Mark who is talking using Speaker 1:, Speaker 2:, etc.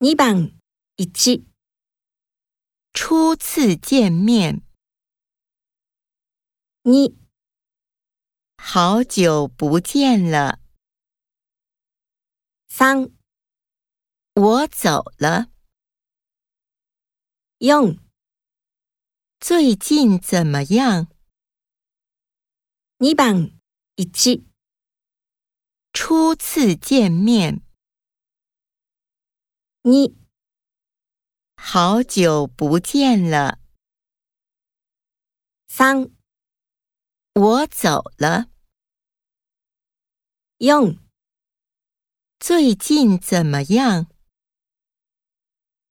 Speaker 1: 2番1
Speaker 2: 初次见面，
Speaker 1: 2
Speaker 2: 好久不见了，
Speaker 1: 3
Speaker 2: 我走了，
Speaker 1: 4
Speaker 2: 最近怎么样？
Speaker 1: 2番1
Speaker 2: 初次见面，
Speaker 1: 2
Speaker 2: 好久不见了，
Speaker 1: 3
Speaker 2: 我走了，
Speaker 1: 4
Speaker 2: 最近怎么样？